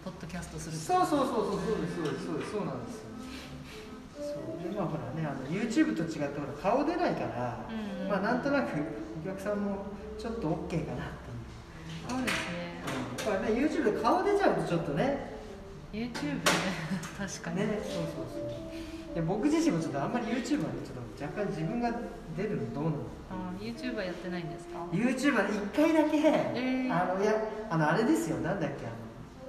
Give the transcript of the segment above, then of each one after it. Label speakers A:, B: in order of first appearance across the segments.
A: そうそうそうそうそうですそうですそう
B: する
A: ですそうなんですよ
B: そうでまあほらねあの YouTube と違ってほら顔出ないから、
C: うんうん
B: まあなんとなくお客さんもちょっと OK かなっていう
C: そうですね
B: やっぱりね YouTube で顔出ちゃうとちょっとね
C: YouTube ね確かに、
B: ねそうそうそうで僕自身もちょっとあんまり YouTuber でちょっと若干自分が出るのどうなの
C: あ YouTube はやってないんですか
B: YouTuber で1回だけ、
C: えー
B: あのいやあのあれですよなんだっけあ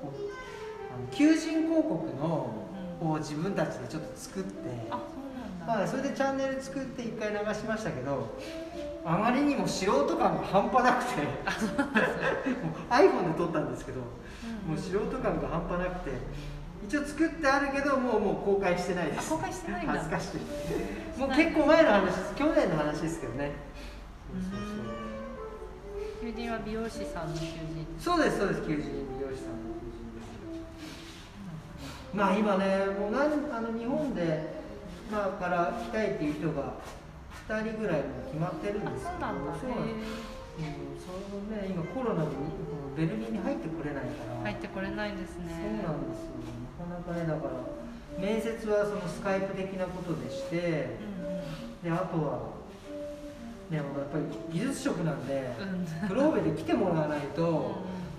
B: のこうあの求人広告の
C: うん
B: を自分たちでちょっと作って、
C: あそうなんだ、
B: まあ、それでチャンネル作って1回流しましたけどあまりにも素人感が半端なくてもう iPhone で撮ったんですけど、
C: うん
B: もう素人感が半端なくて一応作ってあるけどもうもう公開してないです
C: あ公開してないんだ
B: 恥ずかしいもう結構前の話です去年の話ですけどねそうそうそう
C: 求人は美容師さんの求人
B: そうですそうです求人美容師さんの求人ですまあ今ねもうなんあの日本で、まあ、から来たいっていう人が2人ぐらいもう決まってるん
C: あ
B: ですけど
C: そうなんだ
B: そうなんですうんそれもね今コロナでにこうベルギーに入ってこれないから
C: へー入ってこれないですね
B: そうなんですよなかなかねだから面接はそのスカイプ的なことでしてであとはねもうやっぱり技術職なんで、
C: うんうん、うん
B: プローベで来てもらわないと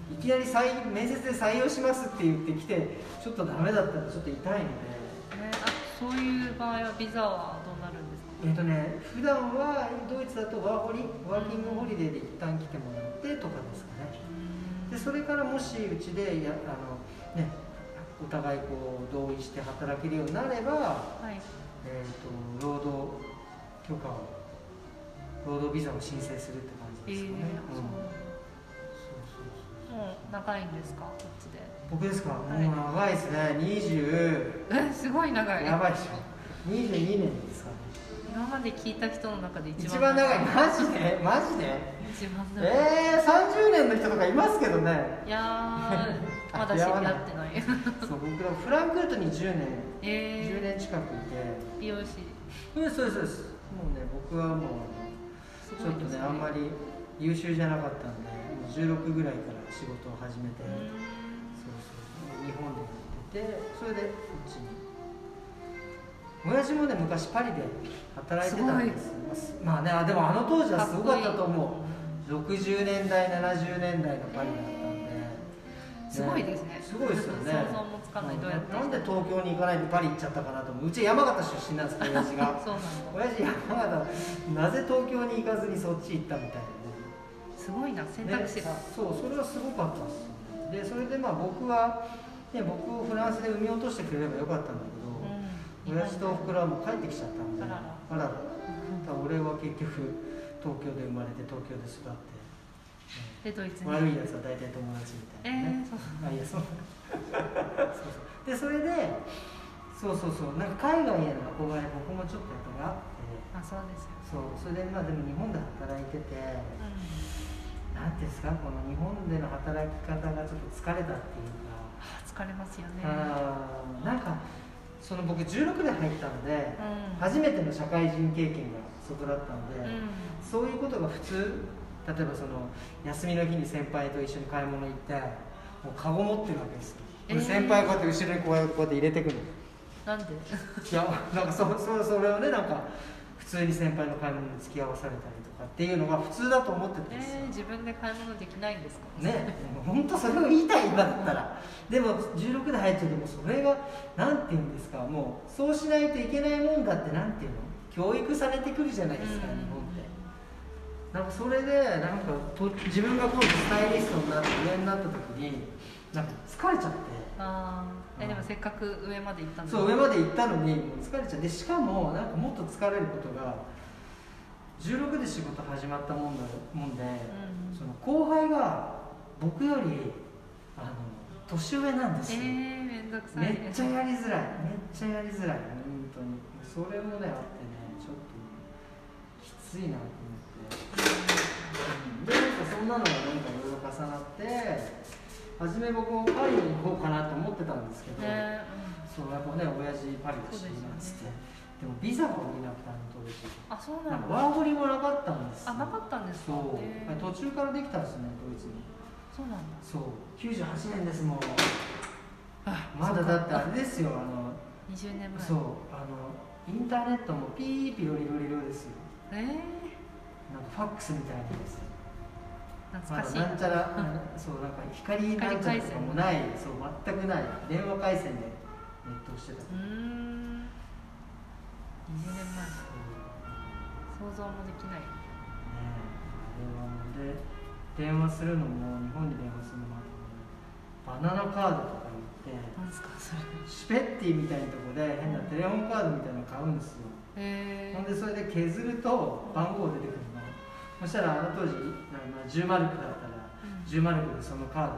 B: いきなり採面接で採用しますって言ってきてちょっとダメだったらちょっと痛いので
C: ね、あそういう場合はビザはどうなるんですか
B: えっとね普段はドイツだとワーホリワーキングホリデーで一旦来てもらってとかですかねでそれからもしうちでやあの、ね、お互いこう同意して働けるようになれば、
C: はい
B: えっと労働許可を労働ビザを申請するって感
C: え
B: じです
C: ー
B: かね、うん
C: そう
B: そうそうそう
C: もう長いんですかこっちで
B: 僕ですか、
C: はい
B: もう長いですね20
C: えすごい長い
B: やばいでしょ22年ですかね
C: 今まで聞いた人の中で一
B: 一
C: 番
B: 番長い
C: い
B: マジでマジで
C: 一番長い、
B: えー、30年の人とかいますけどね
C: いやーまだ知り合って ない
B: そう僕らフランクフルトに10年10
C: え
B: 年近くいて
C: ー、美容師
B: そうですそうですそうですもうね僕はもう
C: す
B: ち
C: ご
B: ょ
C: い
B: っと
C: です
B: ね
C: ね
B: あんまり優秀じゃなかったんでもう16ぐらいから仕事を始めて、
C: う
B: そうそう日本でやっててそれでこっちに親父もね昔パリで働いてたんですまあねあでもあの当時はすごかったと思う60年代70年代のパリだったんで、
C: ーんすごいですね
B: すごいですよね
C: 想像もつかないどうやって
B: なんで東京に行かないでパリ行っちゃったかなと思ううち山形出身なん ですけど親父が
C: そうなんだ
B: 親父山形なぜ東京に行かずにそっち行ったみたいなね
C: すごいな選択肢が、
B: ねそうそれはすごかったですよねでそれでまあ僕は、ね、僕をフランスで産み落としてくれればよかったんだけ
C: うん
B: ど、親父とおふくろはもう帰ってきちゃったんで
C: あらら
B: あららだから俺は結局東京で生まれて東京で育っ
C: でドイツ
B: て、
C: に
B: 悪いやつは大体友達み
C: え
B: たいなね、
C: ー、そう
B: あいやそうそうそうでそれでそうそうそうなんか海外への憧れ僕もちょっとやっぱり
C: あ
B: あって
C: そうですよ、
B: そうそれでまあでも日本で働いてて
C: うん、
B: 何ていうんですかこの日本での働き方がちょっと疲れたっていうか、
C: あ疲れますよね
B: あーなんかその僕16で入ったので、
C: うん
B: 初めての社会人経験がそこだったので、
C: うん
B: そういうことが普通例えばその休みの日に先輩と一緒に買い物行ってもうカゴ持ってるわけですよ、
C: えー
B: 先輩がこうやって後ろにこうやってこうやって入れてくるの
C: なんで
B: いやなんかそそそれをねなんか普通に先輩の買い物に付き合わされたりとかっていうのが普通だと思ってたん
C: え
B: ですよ、
C: ー、自分で買い物できないんですか
B: ね本当それを言いたい今だったらでも16で入っちゃうともうそれがなんていうんですかもうそうしないといけないもんだってなんていうの教育されてくるじゃないですか、
C: うん
B: 日本ってなんかそれでなんかと自分が今度スタイリストになって上になった時になんか疲れちゃって
C: あーえでもせっかく上まで行ったんです
B: そう上まで行ったのにもう疲れちゃうでしかもなんかもっと疲れることが16で仕事始まったもんだもんで、
C: ん
B: その後輩が僕よりあの年上なんです
C: え
B: よ、
C: ー、めんどくさい
B: めっちゃ
C: ね
B: やりづらいめっちゃやりづらい本当にそれもねあってねちょっときついなと思って、うんでなんかそんなのがなんかいろいろ重なって初め僕もパリに行こうかなと思ってたんですけど、
C: ね
B: そうやっぱね親父パリだしなんつって、でもビザが降りなくてあの当時
C: うん、あそうな
B: なん
C: んだ
B: かワーホリもなかったんですよ
C: あなかったんですか
B: そう、
C: えー
B: 途中からできたんですねドイツに
C: そうなんだ
B: そう98年ですもん
C: えあ
B: まだだってあれですよあの
C: 20年前
B: そうあのインターネットもピーピロリロリロですよ
C: えー、
B: なんかファックスみたいにですよま
C: 懐か
B: だ
C: しい、
B: なんちゃら、そうなんか光なんちゃらとかもないそう全くない電話回線でネットをしてた
C: うーん20年前想像もできない
B: ねえ電話もで電話するのも日本で電話するのもあとねバナナカードとか言って
C: なんですかそれ
B: シュペッティみたいなとこで変なテレホンカードみたいなの買うんですよ
C: え
B: ほん
C: ー、
B: でそれで削ると番号出てくるのそしたらあの当時あの10マルクだったら
C: うん
B: 10マルクでそのカー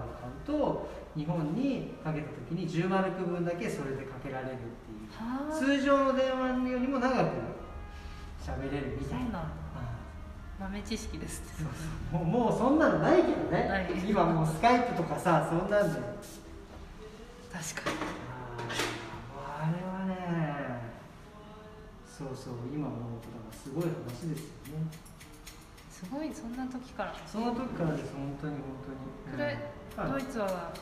B: ドを買うと日本にかけた時に10マルク分だけそれでかけられるっていう
C: はあ
B: 通常の電話よりも長く喋れるみ
C: そ
B: た
C: う
B: い
C: なん
B: な。
C: だ
B: うん
C: 豆知識ですね
B: もうもうそんなのないけどね、
C: ない
B: 今もうスカイプとかさそんなんであ
C: 確かに
B: ーあれはねそうそう今思うとだからすごい話ですよね
C: すごいそんな時から
B: その時からです本当に本当に
C: それ
B: うん
C: ドイツは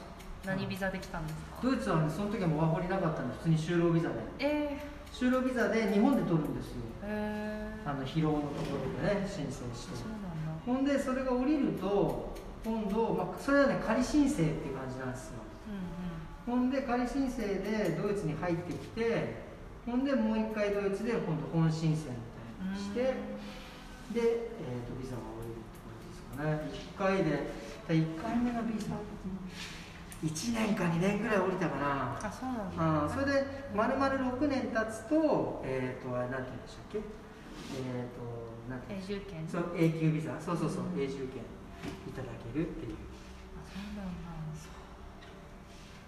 C: 何ビザできたんですか、
B: ドイツはねその時はもうワーホリなかったんで普通に就労ビザで
C: えー、
B: 就労ビザで日本で取るんですよ
C: えー、
B: あの疲労のところでね申請して
C: そうなんだ
B: ほんでそれが降りると今度、まあ、それはね仮申請っていう感じなんですよ
C: う
B: ほんで仮申請でドイツに入ってきてほんでもう一回ドイツで今度本申請みたい
C: んう
B: なんのしてで、えー、とビザが下りるってことですかね1回で1回目のビザ1年か2年ぐらい降りたかな
C: あそうなんだ
B: あそれで丸々6年経つとえっ、とあれなんて言うんでしたっけえっ、となん
C: 永
B: て言うんでし
C: 住権あ
B: たっけそう永久ビザそうそうそう
C: うん
B: 永住権いただけるっていう
C: そうなんだ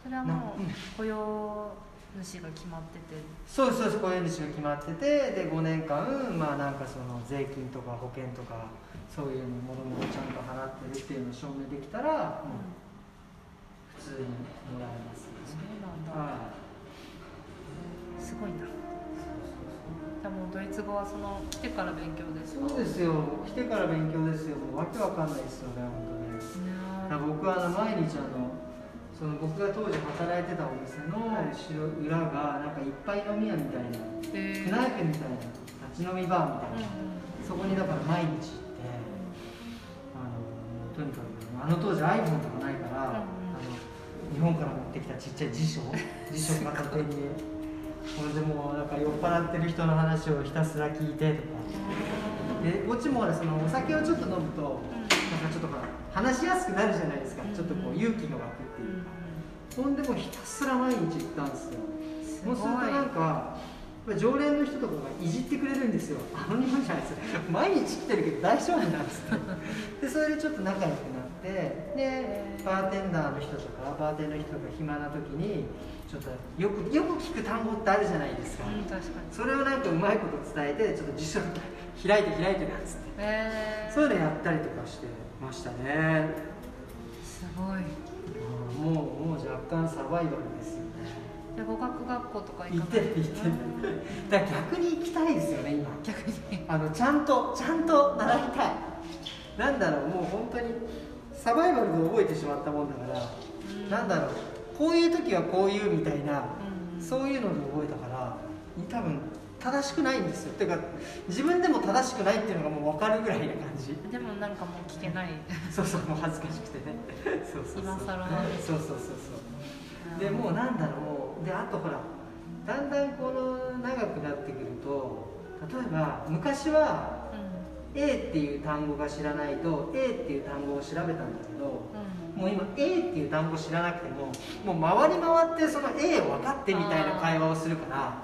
C: それはも
B: なうん
C: う雇用主が決まってて
B: そうですそうです公演主が決まっててで5年間まあなんかその税金とか保険とかそういうのもろもろちゃんと払ってるっていうのを証明できたら
C: う
B: もう普通にもらえますよ
C: そう
B: ね
C: なんだ、
B: は
C: すごいなじゃあもうドイツ語はその来てから勉強ですか
B: いそうですよ来てから勉強ですよもうわけわかんないですよね本当ね
C: いやー
B: だから僕はあの毎日あのその僕が当時働いてたお店の
C: はい
B: 後ろ裏がなんかいっぱい飲み屋みたいな
C: え
B: ク
C: ー
B: ナイフみたいな立ち飲みバーみたいな、そこにだから毎日行って、あのとにかくあの当時 iPhone とかないから、
C: うんうん
B: あの日本から持ってきたちっちゃい辞書辞書片手にそれでもうなんか酔っ払ってる人の話をひたすら聞いてとかでこっちもほらそのお酒をちょっと飲むと、なんかちょっとほら話しやすくなるじゃないですか、
C: うんうん
B: ちょっとこう勇気が湧くって
C: うん
B: いううんか、ほんでもうひたすら毎日行ったんですよ
C: す
B: そ
C: ご
B: う
C: い
B: するとなんかやっぱ常連の人とかがいじってくれるんですよ「あの日本じゃないです毎日来てるけど大丈夫なんです」ってでそれでちょっと仲良くなってでバーテンダーの人とかバーテンの人が暇な時にちょっとよくよく聞く単語ってあるじゃないですか、
C: うん確かに
B: それをなんかうまいこと伝えてちょっと辞書開いて開いてなんつって
C: えー
B: そういうのやったりとかしてましたね
C: すごい
B: うんもうもう若干サバイバルですよね
C: じゃあ語学学校とか行
B: 行
C: か
B: って
C: ない
B: る行ってるだから逆に行きたいですよね今
C: 逆に
B: あのちゃんとちゃんと習いたいなんだろうもう本当にサバイバルで覚えてしまったもんだから、
C: うん
B: なんだろうこういう時はこういうみたいな、
C: うん
B: そういうので覚えたから多分正しくないんですよてか自分でも正しくないっていうのがもう分かるぐらいな感じ
C: でもなんかもう聞けない
B: そうそうもう恥ずかしくてねそうそうそう
C: 今更
B: そうそうそうそうでもうなんだろうであとほらだんだんこの長くなってくると例えば昔は
C: うん
B: A っていう単語が知らないと A っていう単語を調べたんだけど
C: うん
B: もう今 A っていう単語知らなくてももう回り回ってその A を分かってみたいな会話をするから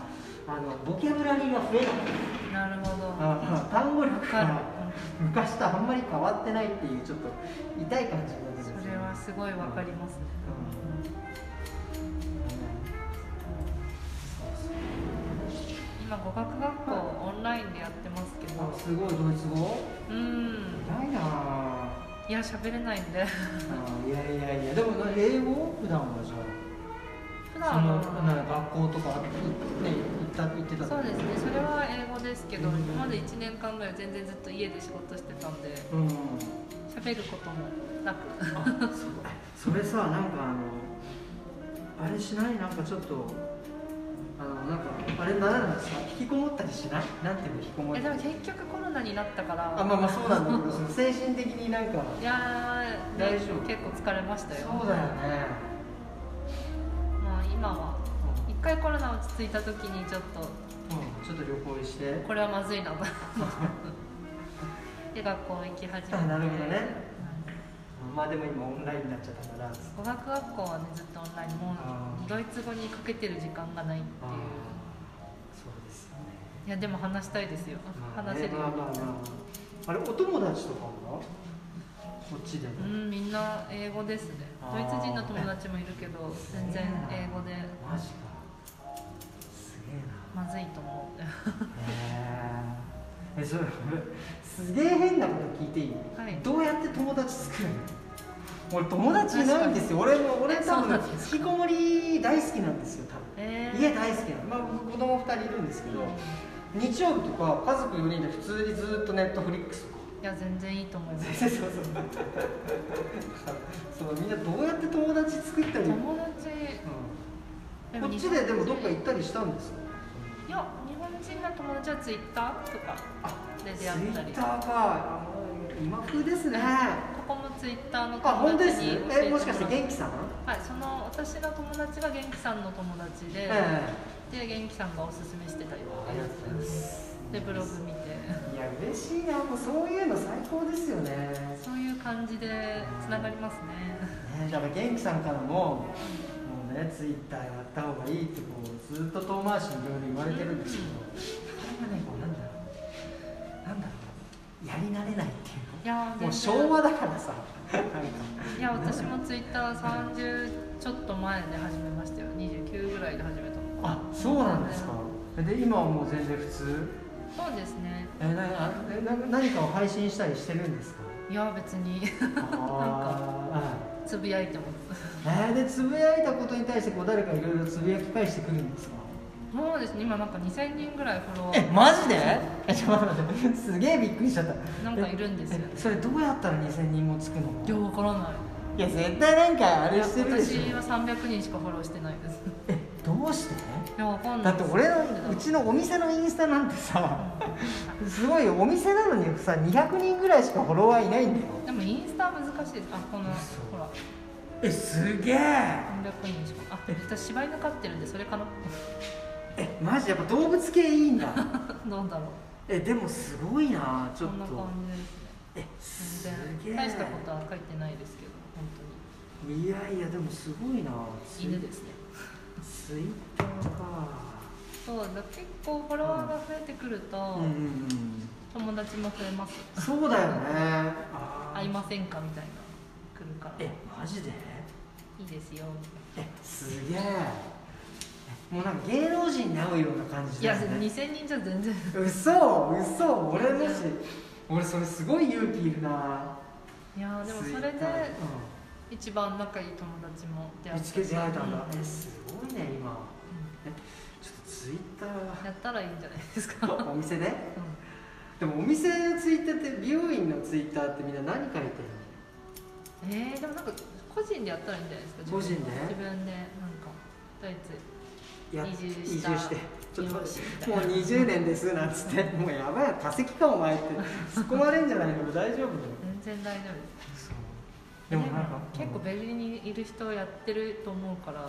B: あのボキャブラリーが増えない
C: なるほど
B: あ単語
C: わ
B: 力
C: かる
B: が昔とあんまり変わってないっていうちょっと痛い感じになってますね
C: それはすごいわかりますね今語学学校オンラインでやってますけ
B: うんあ
C: ど
B: すごいドイツ語
C: うん
B: 偉いなあ
C: いや喋れないん で
B: あいやいやいやでもな英語普段はじゃあ
C: 普
B: そ
C: 段
B: の
C: は
B: な学校とか行っ,、ね、行った行ってた
C: そうですね
B: ね
C: それは英語ですけど
B: うん
C: 今まで1年間ぐらい全然ずっと家で仕事してたんで
B: うん
C: 喋ることもなく
B: あそうそれさなんかあのあれしないなんかちょっとあのなんかあれならないですか引きこもったりしないなんていうの引きこも
C: え
B: り
C: でも結局コロナになったから
B: あまあまあそうなんだけどその精神的になんか
C: いやー、ね、
B: 大丈
C: 結
B: 夫
C: 構疲れましたよ
B: そうだよね
C: まあ今は一回コロナ落ち着いた時にちょっと
B: うんちょっと旅行して
C: これはまずいな とで学校行き始めて
B: あなるほどねまあでも今オンラインになっちゃったから
C: 語学学校はねずっとオンラインも
B: あ
C: う
B: ー
C: ドイツ語にかけてる時間がないっていう
B: あそうですよね
C: いやでも話したいですよ
B: まあ
C: 話
B: ね
C: せるよ
B: まあまあまああれお友達とかはこっちでも
C: うんみんな英語ですね
B: あ
C: ドイ
B: ー
C: ツ人の友達もいるけど全然英語で
B: マジかすげえな
C: まずいと思う
B: えーえそれ俺すげえ変なこと聞いていい、
C: はい
B: どうやって友達作るの俺友達いないんですよ俺も俺
C: えそ
B: 多
C: うな
B: 分
C: んです
B: 引きこもり大好きなんですよ多分
C: えー、
B: 家大好きなの、まあ、僕子供2人いるんですけど日曜日とか家族4人で普通にずっとネットフリックス とか
C: いや全然いいと思います
B: そうそうそうそうみんなどうやって友達作ったり、うん、こ
C: 友達でも
B: っちででもどっか行ったりしたんですか
C: いや日本人の友達はツイッターとかで
B: ツイ
C: 出会った
B: ッ
C: り
B: ターかあ今風ですねあ
C: ここもツイッターの
B: 本
C: 友
B: 当で
C: 達
B: す
C: に教え
B: え
C: て
B: もしかして
C: もらっ
B: 元気さん
C: はいその私の友達が元気さんの友達で、
B: え
C: で元気さんがおすすめしてたよ
B: えありがとうございます
C: でブログ見て
B: いや嬉しいなもうそういうの最高ですよね
C: そういう感じでつながりますね
B: ね、だから元気さんからも、もうね、ツイッターやった方がいいってこうずっと遠回しにいろいろ言われてるんですけど、あれがね、こうなんだろう、なんだろう、やり慣れないっていう
C: いや
B: か、
C: ー
B: も
C: 全
B: う
C: 然
B: 昭和だからさ、なんか、
C: いや私もツイッター30ちょっと前で始めましたよ29ぐらいで始めたの
B: あそうなんですか、で今はもう全然普通、
C: そうですね
B: えなあえな何かを配信したりしてるんですか
C: いや別に
B: あ
C: つぶやいても
B: ーえーで、つぶやいたことに対してこう誰かいろいろつぶやき返してくるんですか
C: もうですね今なんか2000人ぐらいフォロワ
B: え
C: ー
B: マジでえちょっと待ってすげえびっくりしちゃった
C: なんかいるんですよ
B: えそれどうやったら2000人もつくの
C: いや分からない
B: いや絶対なんかあ
C: い
B: れ
C: や
B: してるでし
C: 私
B: ょ
C: は300人しかフォローしてないです
B: えどうして
C: いやわかんな
B: だ
C: い
B: っ
C: で
B: て
C: す
B: 俺のうちのお店のインスタなんてさすごいよお店なのにさ200人ぐらいしかフォロワーいないんだよ
C: でもインスタは難しいですあこの
B: 嘘
C: ほら
B: えすげえ
C: 300人しかあ私柴犬飼ってるんでそれかな
B: えマジやっぱ動物系いいんだ
C: どうだろう
B: えでもすごいなち
C: そ
B: ょっ
C: んな
B: と
C: 感じで
B: え
C: す
B: す
C: ね
B: げ
C: 全然
B: え
C: 大したことは書いてないですけど本
B: いやいやでもすごいな
C: 当に犬ですね
B: ツイッターか
C: そうだ結構フォロワーが増えてくると、
B: うんうんうん
C: 友達も増えます
B: そうだよね
C: 会いませんかみたいな来るから
B: えマジで
C: いいですよ
B: えすげええもうなんか芸能人に会うような感じ
C: いや
B: だよね
C: 2000人じゃ全然
B: 嘘嘘俺もし俺それすごい勇気いるない
C: やーでもそれで一番仲いい友達も出
B: うん
C: 会
B: 見
C: っ
B: つけて会えたんだ
C: う
B: えすごいね今
C: う
B: ちょっとツイッタ
C: んやったらいいんじゃないですか、うん
B: ー お店ででもお店のツイッターって美容院のツイッターってみんな何書いてるの
C: えー、でもなんか個人でやったらいいんじゃないですか自分
B: 個人で
C: 自分でなんかドイツ
B: いや
C: 移住
B: 移
C: した
B: 住してちょっ
C: 美
B: ともう
C: 容師みたいな
B: 20年ですなんつってもうやばい化石かお前って突っ込まれんじゃないの大丈夫
C: 全然大丈夫です
B: でもなんか
C: でも結構ベルリンにいる人やってると思うから
B: あー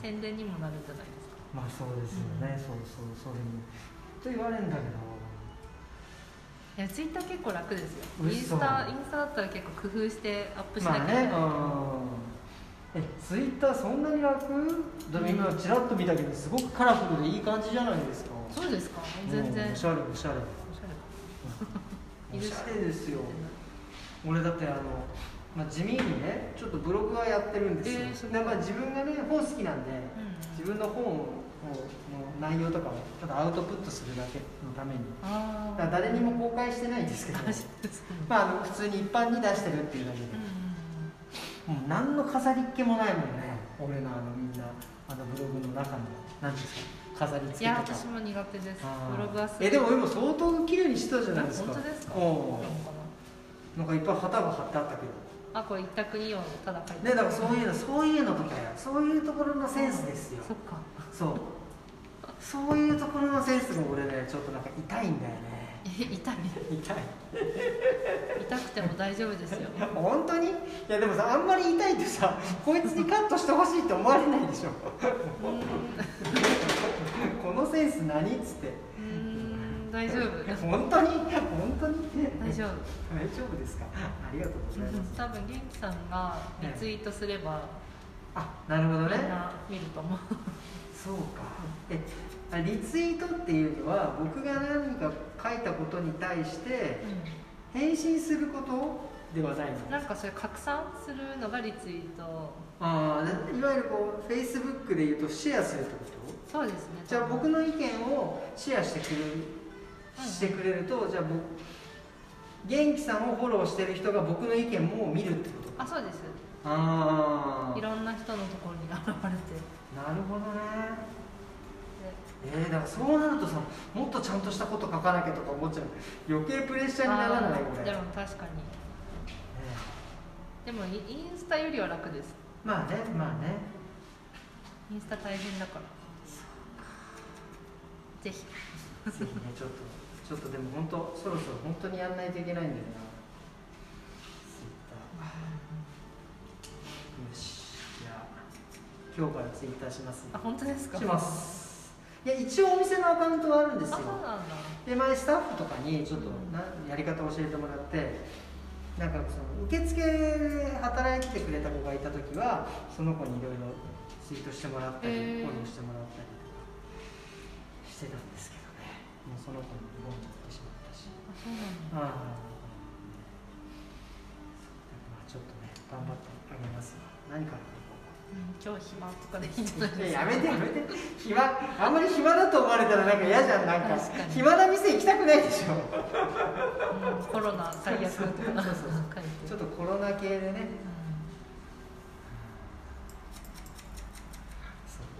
C: 宣伝にもなるんじゃないですか
B: まあそうですよね、
C: うん
B: そうそうそうでもと言われるんだけど
C: いやツイッター結構楽ですよイ
B: 嘘
C: ンスタインスタだったら結構工夫してアップしなきゃいけない、
B: まあねうんえツイッターそんなに楽でも今ちらっと見たけどすごくカラフルでいい感じじゃないですか
C: そうですか全然
B: うんお
C: おし
B: し
C: ゃ
B: ゃれおしゃ れ
C: い
B: お
C: るし
B: しゃれですよ俺だってあの、まあ、地味にねちょっとブログはやってるんですよ、
C: えーすごい
B: でまあ自分がね本好きなんで
C: れうん
B: 自分の本をの内容とかをただアウトプットするだけのために
C: あ
B: だ
C: ー
B: から誰にも公開してないんですけど
C: あそうですね
B: まああの普通に一般に出してるっていうだけで
C: うんうんうん
B: もう何の飾りっ気もないもんね俺のあのみんなあのブログの中の何ですか飾り
C: い
B: 付けと
C: や
B: か
C: 私も苦手です
B: あー
C: ブログはすごい
B: えでも今相当綺麗にしてたじゃないですか
C: あ本当ですか
B: おう
C: そうなのか
B: なんかいっぱい旗が貼ってあったけど
C: なあこれ一択イオンのただ書いてあ
B: ね
C: る
B: だからそういうのそういうのとかよそういうところのセンスですよ
C: そっか
B: そうそういうところのセンスが俺ねちょっとなんか痛いんだよね
C: え痛い
B: 痛い
C: 痛くても大丈夫です よ
B: 本当にいやでもさあんまり痛いってさこいつにカットしてほしいって思われないでしょ
C: うーんう
B: このセンス何っつって
C: ーん大丈夫
B: え本当に本当に
C: 大丈夫
B: 大丈夫ですかありがとうございます
C: 多分元気さんがリツイートすれば
B: あなるほ
C: み
B: ど
C: ん
B: ね
C: な見ると思う
B: そうかえあリツイートっていうのは僕が何か書いたことに対して返信することではないの
C: なんかそれ拡散するのがリツイート
B: ああいわゆるこうフェイスブックで言うとシェアするってこと
C: そうですね
B: じゃあ僕
C: の
B: の意見をシェアしてくれ
C: はい
B: るしてくれると、じゃあ僕元気さんをフォローしてる人が僕の意見も見るってこと
C: あそうです
B: ああ
C: いろんな人のところに現れて
B: なるほどね
C: で
B: えー、だからそうなるとさもっとちゃんとしたこと書かなきゃとか思っちゃう余計プレッシャーにならないこ
C: あー
B: れ、
C: で
B: ね
C: も確かにでもイインスタよりは楽です
B: まあねまあね
C: インスタ大変だからぜひ
B: ぜひねちょっとちょっとでも本当そろそろ本当にやんないといけないんだよなツイッターよしじゃあ今日からツイッターします
C: あ本当ですか
B: しますいや一応お店のアカウントはあるんですよ
C: あそうなんだ
B: で前スタッフとかにちょっとなやり方教えてもらってなんかその受付で働いてくれた子がいた時はその子にいろいろツイートしてもらったり
C: へ
B: フ
C: ー
B: ォローしてもらったりとかしてたんですけどねもうその子にボンとってしまったし
C: あそうなんだ
B: ああまあちょっとね頑張ってあげますわ何からいこうか
C: うん今日暇とかでいいんじゃない
B: い
C: ですか
B: ややめてやめて暇あんまり暇だと思われたらなんか嫌じゃんなんか
C: 確かに
B: 暇な店行きたくないでしょ
C: うんコロナ最悪とか
B: そうそうそう
C: 書いて
B: ちょっとコロナ系でね
C: うん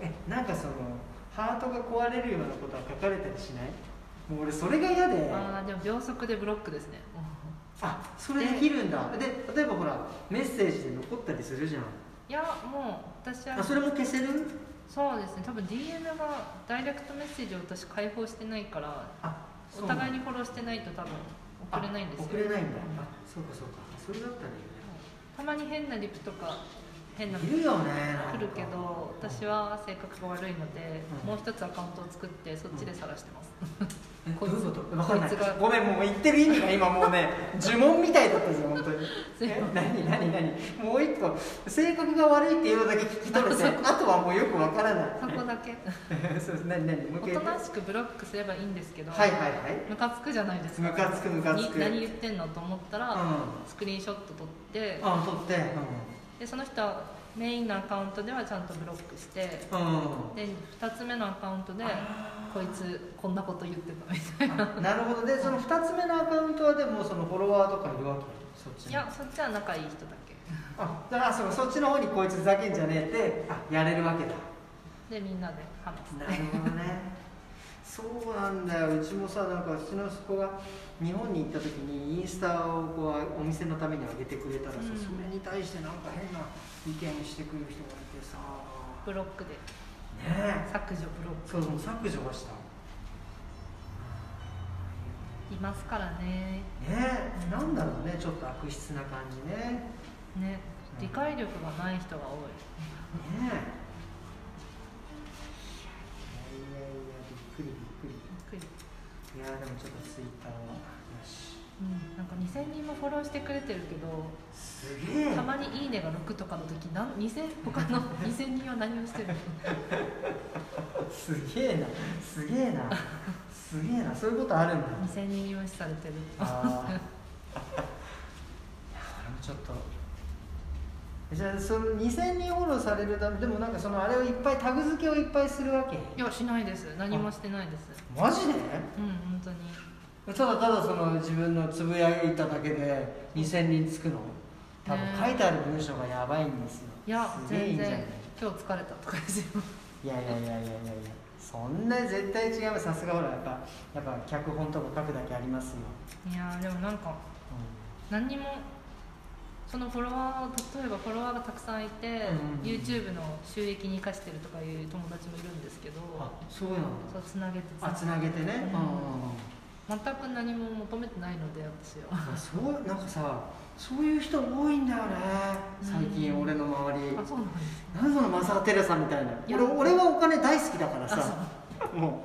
B: えなんかそのハートが壊れるようなことは書かれたりしないもう俺それが嫌で
C: あーでも秒速でブロックですねうん
B: あそれできるんだで例えばほらメッセージで残ったりするじゃん
C: いやもう私は
B: あそれも消せる
C: そうですね多分 DM がダイレクトメッセージを私開放してないから
B: あ
C: お互い
B: に
C: にフォローしてないと多分送れないんですよ
B: 送れないんだあそうかそうかそれだったらい
C: たまに変なリプとか変なの
B: いよねいるよねなんか
C: 来るけど私は性格が悪いので、
B: うん
C: もう一つアカウントを作ってそっちで探してます、
B: え
C: こ
B: ど
C: いうつ
B: いうこと分かんない
C: こいつが
B: ごめんもう言ってる意味が今もう ね呪文みたいだったんですよ本当に
C: すいません
B: え何何何もう一個性格が悪いっていうのだけ聞き取れて
C: あ
B: あ
C: そこと
B: はもうよく分からない
C: そこだけ
B: そうです何何もう
C: お
B: 一
C: と
B: 回言って
C: なしくブロックすればいいんですけど、
B: はいはいはい
C: ムカつくじゃないですか
B: ムカつくムカつく
C: に何言ってんのと思ったら、
B: う
C: スクリーンショット撮って
B: んあ取って
C: でその人はメインのアカウントではちゃんとブロックして
B: うんうん
C: で2つ目のアカウントでこいつこんなこと言ってたみたいな
B: あなるほどでその2つ目のアカウントはでもそのフォロワーとかいるわけそっちに
C: いやそっちは仲いい人だ
B: あだからそのそっちの方にこいつふざけんじゃねえってあやれるわけだ
C: けでみんなで話す
B: なるほどねそうなんだようちもさなんかうちの息子が日本に行った時にインスタをこうお店のために上げてくれたらさ、
C: うん
B: それに対してなんか変な意見してくる人がいてさ
C: ブロックで
B: ねえ
C: 削除ブロッ
B: そうもう削除はした
C: クいますからね
B: ねえなんだろうねちょっと悪質な感じねね
C: ね
B: うん
C: 理解力がない人が多い
B: えいやいやいや
C: びっ
B: びっくりびっく
C: くり
B: りいやでもちょっとツイッターはよし
C: うん、なんか2000人もフォローしてくれてるけど
B: すげえ
C: たまに「いいね」が6とかの時なん2000他 の2000人は何をしてるの
B: すげえな、すげえな、すげえな、そういうことあるん だ。
C: 2000人に無視されてる
B: ああ。いや、俺もちょっと。えじゃあ、その2000人フォローされるため、でもなんかそのあれをいっぱいタグ付けをいっぱいするわけ。
C: いやしないです何もしてないです
B: マジで。
C: うん本当に
B: ただただその自分のつぶやいただけで2000人つくの。多
C: ね
B: 分書いてある文章がやばいんですよ。
C: いや
B: すげえいい
C: 全
B: んじゃない
C: 然今日疲れたとかですよ
B: いやいやいやいやいやいやそんな絶対違うさすがほらやっぱやっぱ脚本とか書くだけありますよ、
C: いやーでもなんか
B: う
C: 何にもこのフォロワー例えばフォロワーがたくさんいて、
B: うん
C: YouTube の収益に生かしてるとかいう友達もいるんですけど
B: あそうなんだ
C: そうつなげて
B: あつなげてね、
C: うん
B: うん
C: 全く何も求めてないので私は
B: あそうなんかさそういう人多いんだよね最近
C: うん
B: 俺の周り、
C: あそうなんですよ
B: なんそのマサテレサみたいない
C: や
B: 俺俺はお金大好きだから
C: あそう
B: さも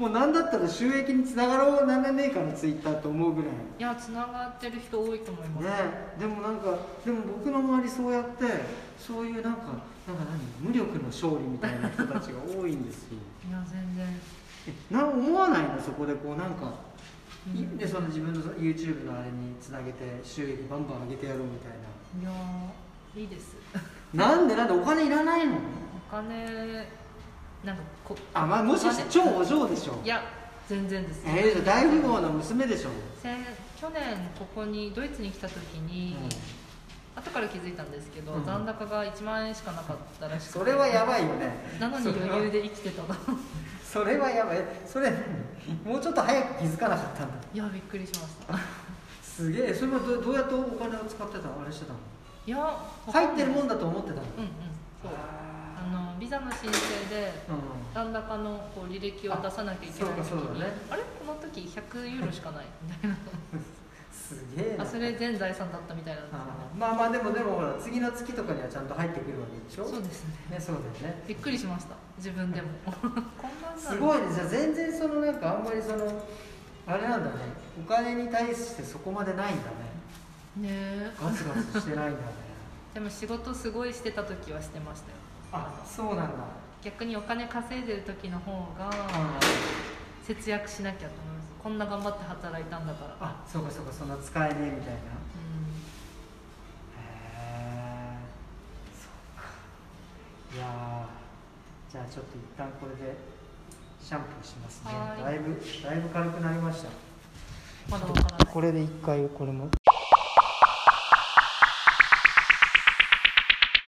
B: うもう何だったら収益につながろうなんでねえかのツイッターと思うぐらい
C: いやつながってる人多いと思います、
B: ねでもなんかでも僕の周りそうやってそういうなんかなんか何無力の勝利みたいな人たちが多いんです よ
C: いや全然、
B: えな思わないのそこでこうなんか、
C: うん
B: いでその自分の YouTube のあれにつなげて収益バンバン上げてやろうみたい
C: いやーいいです
B: ななんでなんでお金いらないの
C: お金なんかこ
B: あまあもしかして超お嬢でしょ
C: いや全然です
B: えー、大富豪の娘でしょ、
C: 先去年ここにドイツに来た時に、
B: う
C: 後から気づいたんですけど、
B: うん
C: 残高が1万円しかなかったらし
B: ん、
C: くて
B: それはやばいよね
C: なのに余裕で生きてたな
B: それはやばいえそれもうちょっと早く気づかなかったんだ
C: いやびっくりしました
B: すげえそれはどどうやってお金を使ってたのあれしてたの
C: いや
B: 入ってるも
C: うん
B: んだと思ってた
C: う
B: の
C: んそうあのビザの申請で
B: う
C: 残高のこう履歴を出さなきゃいけない
B: あ
C: 時
B: そうかそう
C: に
B: だ
C: あ,、
B: ね
C: れこの時100ユーロしかないみたい
B: んすげえ
C: な
B: な
C: あそれ全財産だったみたいなんですよね
B: あーまあまあでもでもほら次の月とかにはちゃんと入ってくるわけでしょ
C: そうですね
B: ねそうだよね
C: びっくりしました自分でもこんなんな
B: す
C: の
B: ごいねじゃあ全然そのなんかあんまりそのあれなんだねお金に対してそこまでないんだ
C: ね
B: ね
C: え
B: ガツガツしてないんだね
C: でも仕事すごいしてた時はしてましたよ
B: あそうなんだ
C: 逆にお金稼いでる時の方が
B: あ
C: 節約しなきゃと思いますこんな頑張って働いたんだから
B: あそうかそうかそんな使えねえみたいな
C: う
B: へえそうかいやーじゃあちょっと一旦これでシャンプーしますね
C: はーい
B: だいぶだいぶ軽くなりました
C: んまだわからない
B: これで一回これも